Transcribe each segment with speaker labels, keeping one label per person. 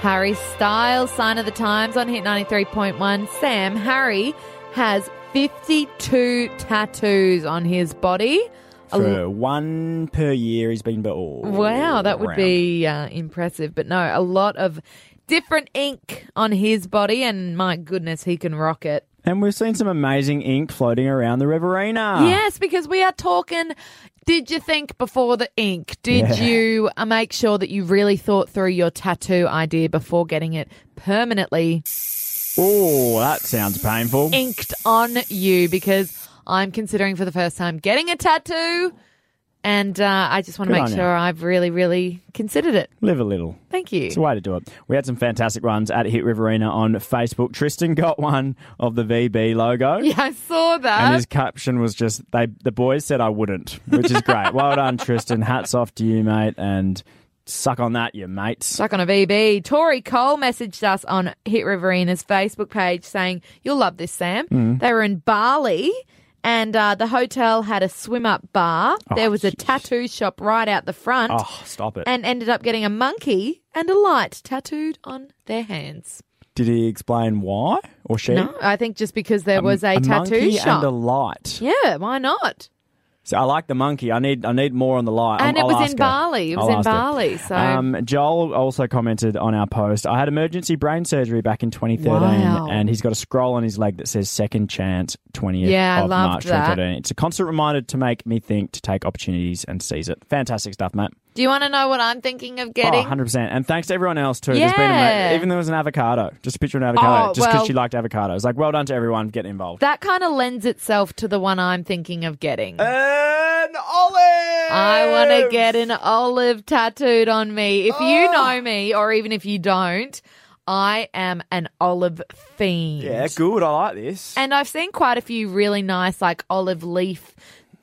Speaker 1: Harry Styles, Sign of the Times on Hit 93.1. Sam, Harry has 52 tattoos on his body. A
Speaker 2: For one per year, he's been but all.
Speaker 1: Wow, that would
Speaker 2: round.
Speaker 1: be uh, impressive. But no, a lot of different ink on his body, and my goodness, he can rock it.
Speaker 2: And we've seen some amazing ink floating around the Riverina.
Speaker 1: Yes, because we are talking. Did you think before the ink? Did you uh, make sure that you really thought through your tattoo idea before getting it permanently
Speaker 2: Oh, that sounds painful.
Speaker 1: inked on you? Because I'm considering for the first time getting a tattoo, and uh, I just want to
Speaker 2: Good
Speaker 1: make
Speaker 2: on you.
Speaker 1: sure I've really, really considered it.
Speaker 2: Live a little.
Speaker 1: Thank you.
Speaker 2: It's a way to do it. We had some fantastic ones at Hit Riverina on Facebook. Tristan got one of the VB logo.
Speaker 1: yeah, I saw that.
Speaker 2: And his caption was just they the boys said I wouldn't, which is great. well done, Tristan. Hats off to you, mate, and suck on that, you mates.
Speaker 1: Stuck on a VB. Tori Cole messaged us on Hit Riverina's Facebook page saying, You'll love this, Sam.
Speaker 2: Mm.
Speaker 1: They were in Bali and uh, the hotel had a swim up bar. there was a tattoo shop right out the front
Speaker 2: Oh, stop it.
Speaker 1: and ended up getting a monkey and a light tattooed on their hands.
Speaker 2: Did he explain why or she?
Speaker 1: No, I think just because there was a, tattoo
Speaker 2: monkey
Speaker 1: shop.
Speaker 2: and a light.
Speaker 1: yeah, why not?
Speaker 2: So I like the monkey. I need I need more on the light.
Speaker 1: And
Speaker 2: I'll-
Speaker 1: it
Speaker 2: I'll
Speaker 1: was in
Speaker 2: ask her.
Speaker 1: Bali. It was
Speaker 2: I'll
Speaker 1: in
Speaker 2: ask her.
Speaker 1: Bali. So
Speaker 2: Um, Joel also commented on our post. I had emergency brain surgery back in 2013,
Speaker 1: Wow.
Speaker 2: and he's got a scroll on his leg that says "Second Chance 20th
Speaker 1: Yeah, I
Speaker 2: of
Speaker 1: loved
Speaker 2: March
Speaker 1: that.
Speaker 2: 2013." It's a constant reminder to make me think, to take opportunities, and seize it. Fantastic stuff, mate.
Speaker 1: do you want to know what I'm thinking of
Speaker 2: Oh,
Speaker 1: getting?
Speaker 2: 100 percent. And thanks to everyone else too. There's been ama-
Speaker 1: Yeah.
Speaker 2: even there was an avocado, just a picture of an avocado,
Speaker 1: Oh,
Speaker 2: just because
Speaker 1: well-
Speaker 2: she liked avocados. Like, well done to everyone for getting involved.
Speaker 1: that kind of lends itself to the one I'm thinking of getting.
Speaker 2: Eh, and olive.
Speaker 1: I want to get an olive tattooed on me. If
Speaker 2: Ah!
Speaker 1: you know me, or even if you don't, I am an olive fiend.
Speaker 2: Yeah, good. I like this.
Speaker 1: And I've seen quite a few really nice, like olive leaf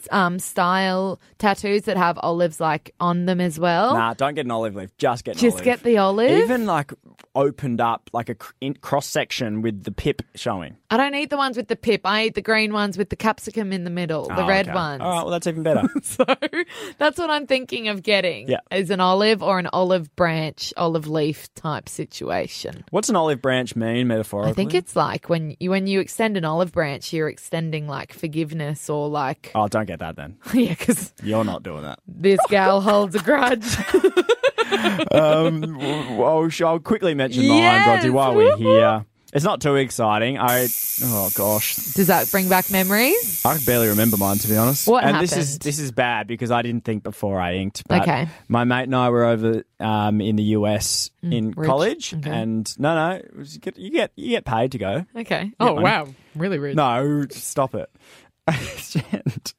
Speaker 1: um, style tattoos that have olives like on them as well.
Speaker 2: Nah, don't get an olive leaf. Just get an
Speaker 1: Just
Speaker 2: olive.
Speaker 1: get the olive.
Speaker 2: Even like opened up like a cr- in- cross section with the pip showing.
Speaker 1: I don't eat the ones with the pip. I eat the green ones with the capsicum in the middle, the
Speaker 2: Oh,
Speaker 1: red
Speaker 2: okay.
Speaker 1: ones.
Speaker 2: All right, well that's even better.
Speaker 1: So that's what I'm thinking of getting
Speaker 2: Yeah.
Speaker 1: is an olive or an olive branch, olive leaf type situation.
Speaker 2: What's an olive branch mean metaphorically?
Speaker 1: I think it's like when you when you extend an olive branch, you're extending like forgiveness or like
Speaker 2: Oh, don't get that then.
Speaker 1: yeah, because
Speaker 2: You're not doing that.
Speaker 1: this gal holds a grudge.
Speaker 2: um, well, sh- I'll quickly mention mine,
Speaker 1: Yes!
Speaker 2: Bronte, while we're here. It's not too exciting. I oh gosh,
Speaker 1: Does that bring back memories?
Speaker 2: I can barely remember mine to be honest.
Speaker 1: What
Speaker 2: and this is
Speaker 1: happened?
Speaker 2: this is bad because I didn't think before I inked. But
Speaker 1: Okay.
Speaker 2: My mate and I were over um, in the US in
Speaker 1: rich.
Speaker 2: college,
Speaker 1: Mm, Okay.
Speaker 2: and no, no, it was- you get you get you get paid to go.
Speaker 1: Okay. Oh
Speaker 2: mate.
Speaker 1: wow, really rude.
Speaker 2: No, stop it. And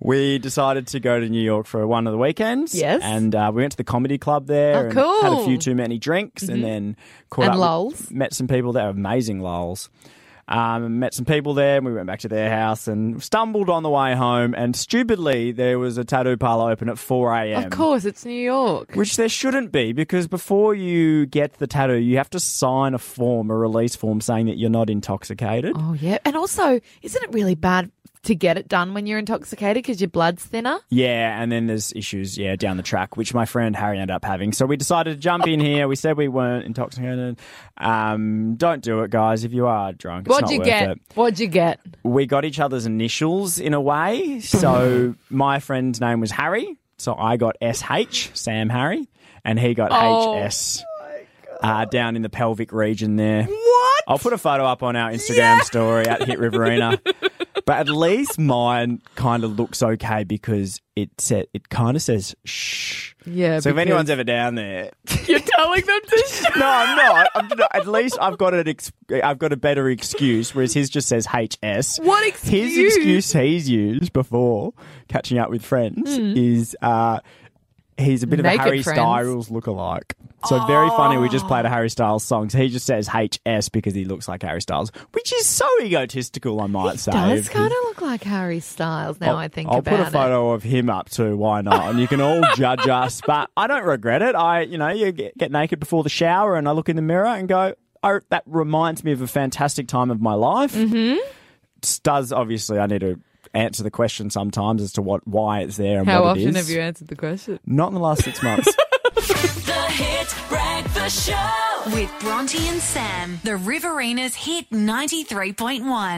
Speaker 2: we decided to go to New York for one of the weekends.
Speaker 1: Yes.
Speaker 2: And uh, we went to the comedy club there.
Speaker 1: Oh,
Speaker 2: and
Speaker 1: cool. Mm-hmm.
Speaker 2: Had a few too many drinks and then caught
Speaker 1: And
Speaker 2: up. with-
Speaker 1: lols.
Speaker 2: met some people there, amazing lols. Um, met some people there and we went back to their house and stumbled on the way home. And stupidly, there was a tattoo parlor open at 4 a.m.
Speaker 1: Of course, it's New York.
Speaker 2: Which there shouldn't be because before you get the tattoo, you have to sign a form, a release form saying that you're not intoxicated.
Speaker 1: Oh yeah, and also, isn't it really bad to get it done when you're intoxicated because your blood's thinner?
Speaker 2: Yeah, and then there's issues, yeah, down the track, which my friend Harry ended up having. So we decided to jump in here. We said we weren't intoxicated. Um, don't do it, guys. If you are drunk, it's
Speaker 1: What'd
Speaker 2: not
Speaker 1: you
Speaker 2: worth
Speaker 1: get?
Speaker 2: it.
Speaker 1: What'd you get?
Speaker 2: We got each other's initials in a way. So my friend's name was Harry. So I got SH, Sam Harry, and he got
Speaker 1: Oh,
Speaker 2: HS uh, down in the pelvic region there.
Speaker 1: What?
Speaker 2: I'll put a photo up on our Instagram story at Hit Riverina. but at least mine kind of looks okay because it said it kind of says shh.
Speaker 1: Yeah.
Speaker 2: So if
Speaker 1: because
Speaker 2: anyone's ever down there,
Speaker 1: you're telling them to shut
Speaker 2: no, I'm not. I'm not. At least I've got an ex- I've got a better excuse, whereas his just says HS.
Speaker 1: What
Speaker 2: His
Speaker 1: excuse?
Speaker 2: excuse he's used before catching up with friends is uh, he's a bit of
Speaker 1: Hmm. Naked
Speaker 2: a Harry
Speaker 1: friends. Ah.
Speaker 2: Styles lookalike. So very funny. We just played a Harry Styles song. So he just says HS because he looks like Harry Styles, which is so egotistical, I might say.
Speaker 1: does
Speaker 2: If-
Speaker 1: kind of look like Harry Styles now
Speaker 2: I'll,
Speaker 1: I think
Speaker 2: I'll
Speaker 1: about
Speaker 2: put a
Speaker 1: it.
Speaker 2: photo of him up too. Why not? And you can all judge us, but I don't regret it. I, you know, you get, get naked before the shower, and I look in the mirror and go, "Oh, that reminds me of a fantastic time of my life." Mm-hmm. Does obviously I need to answer the question sometimes as to what why it's there and
Speaker 1: How
Speaker 2: what it
Speaker 1: often
Speaker 2: is.
Speaker 1: have you answered the question?
Speaker 2: Not in the last six months.
Speaker 3: The Hit Breakfast Show. With Bronte and Sam, the Riverina's hit 93.1.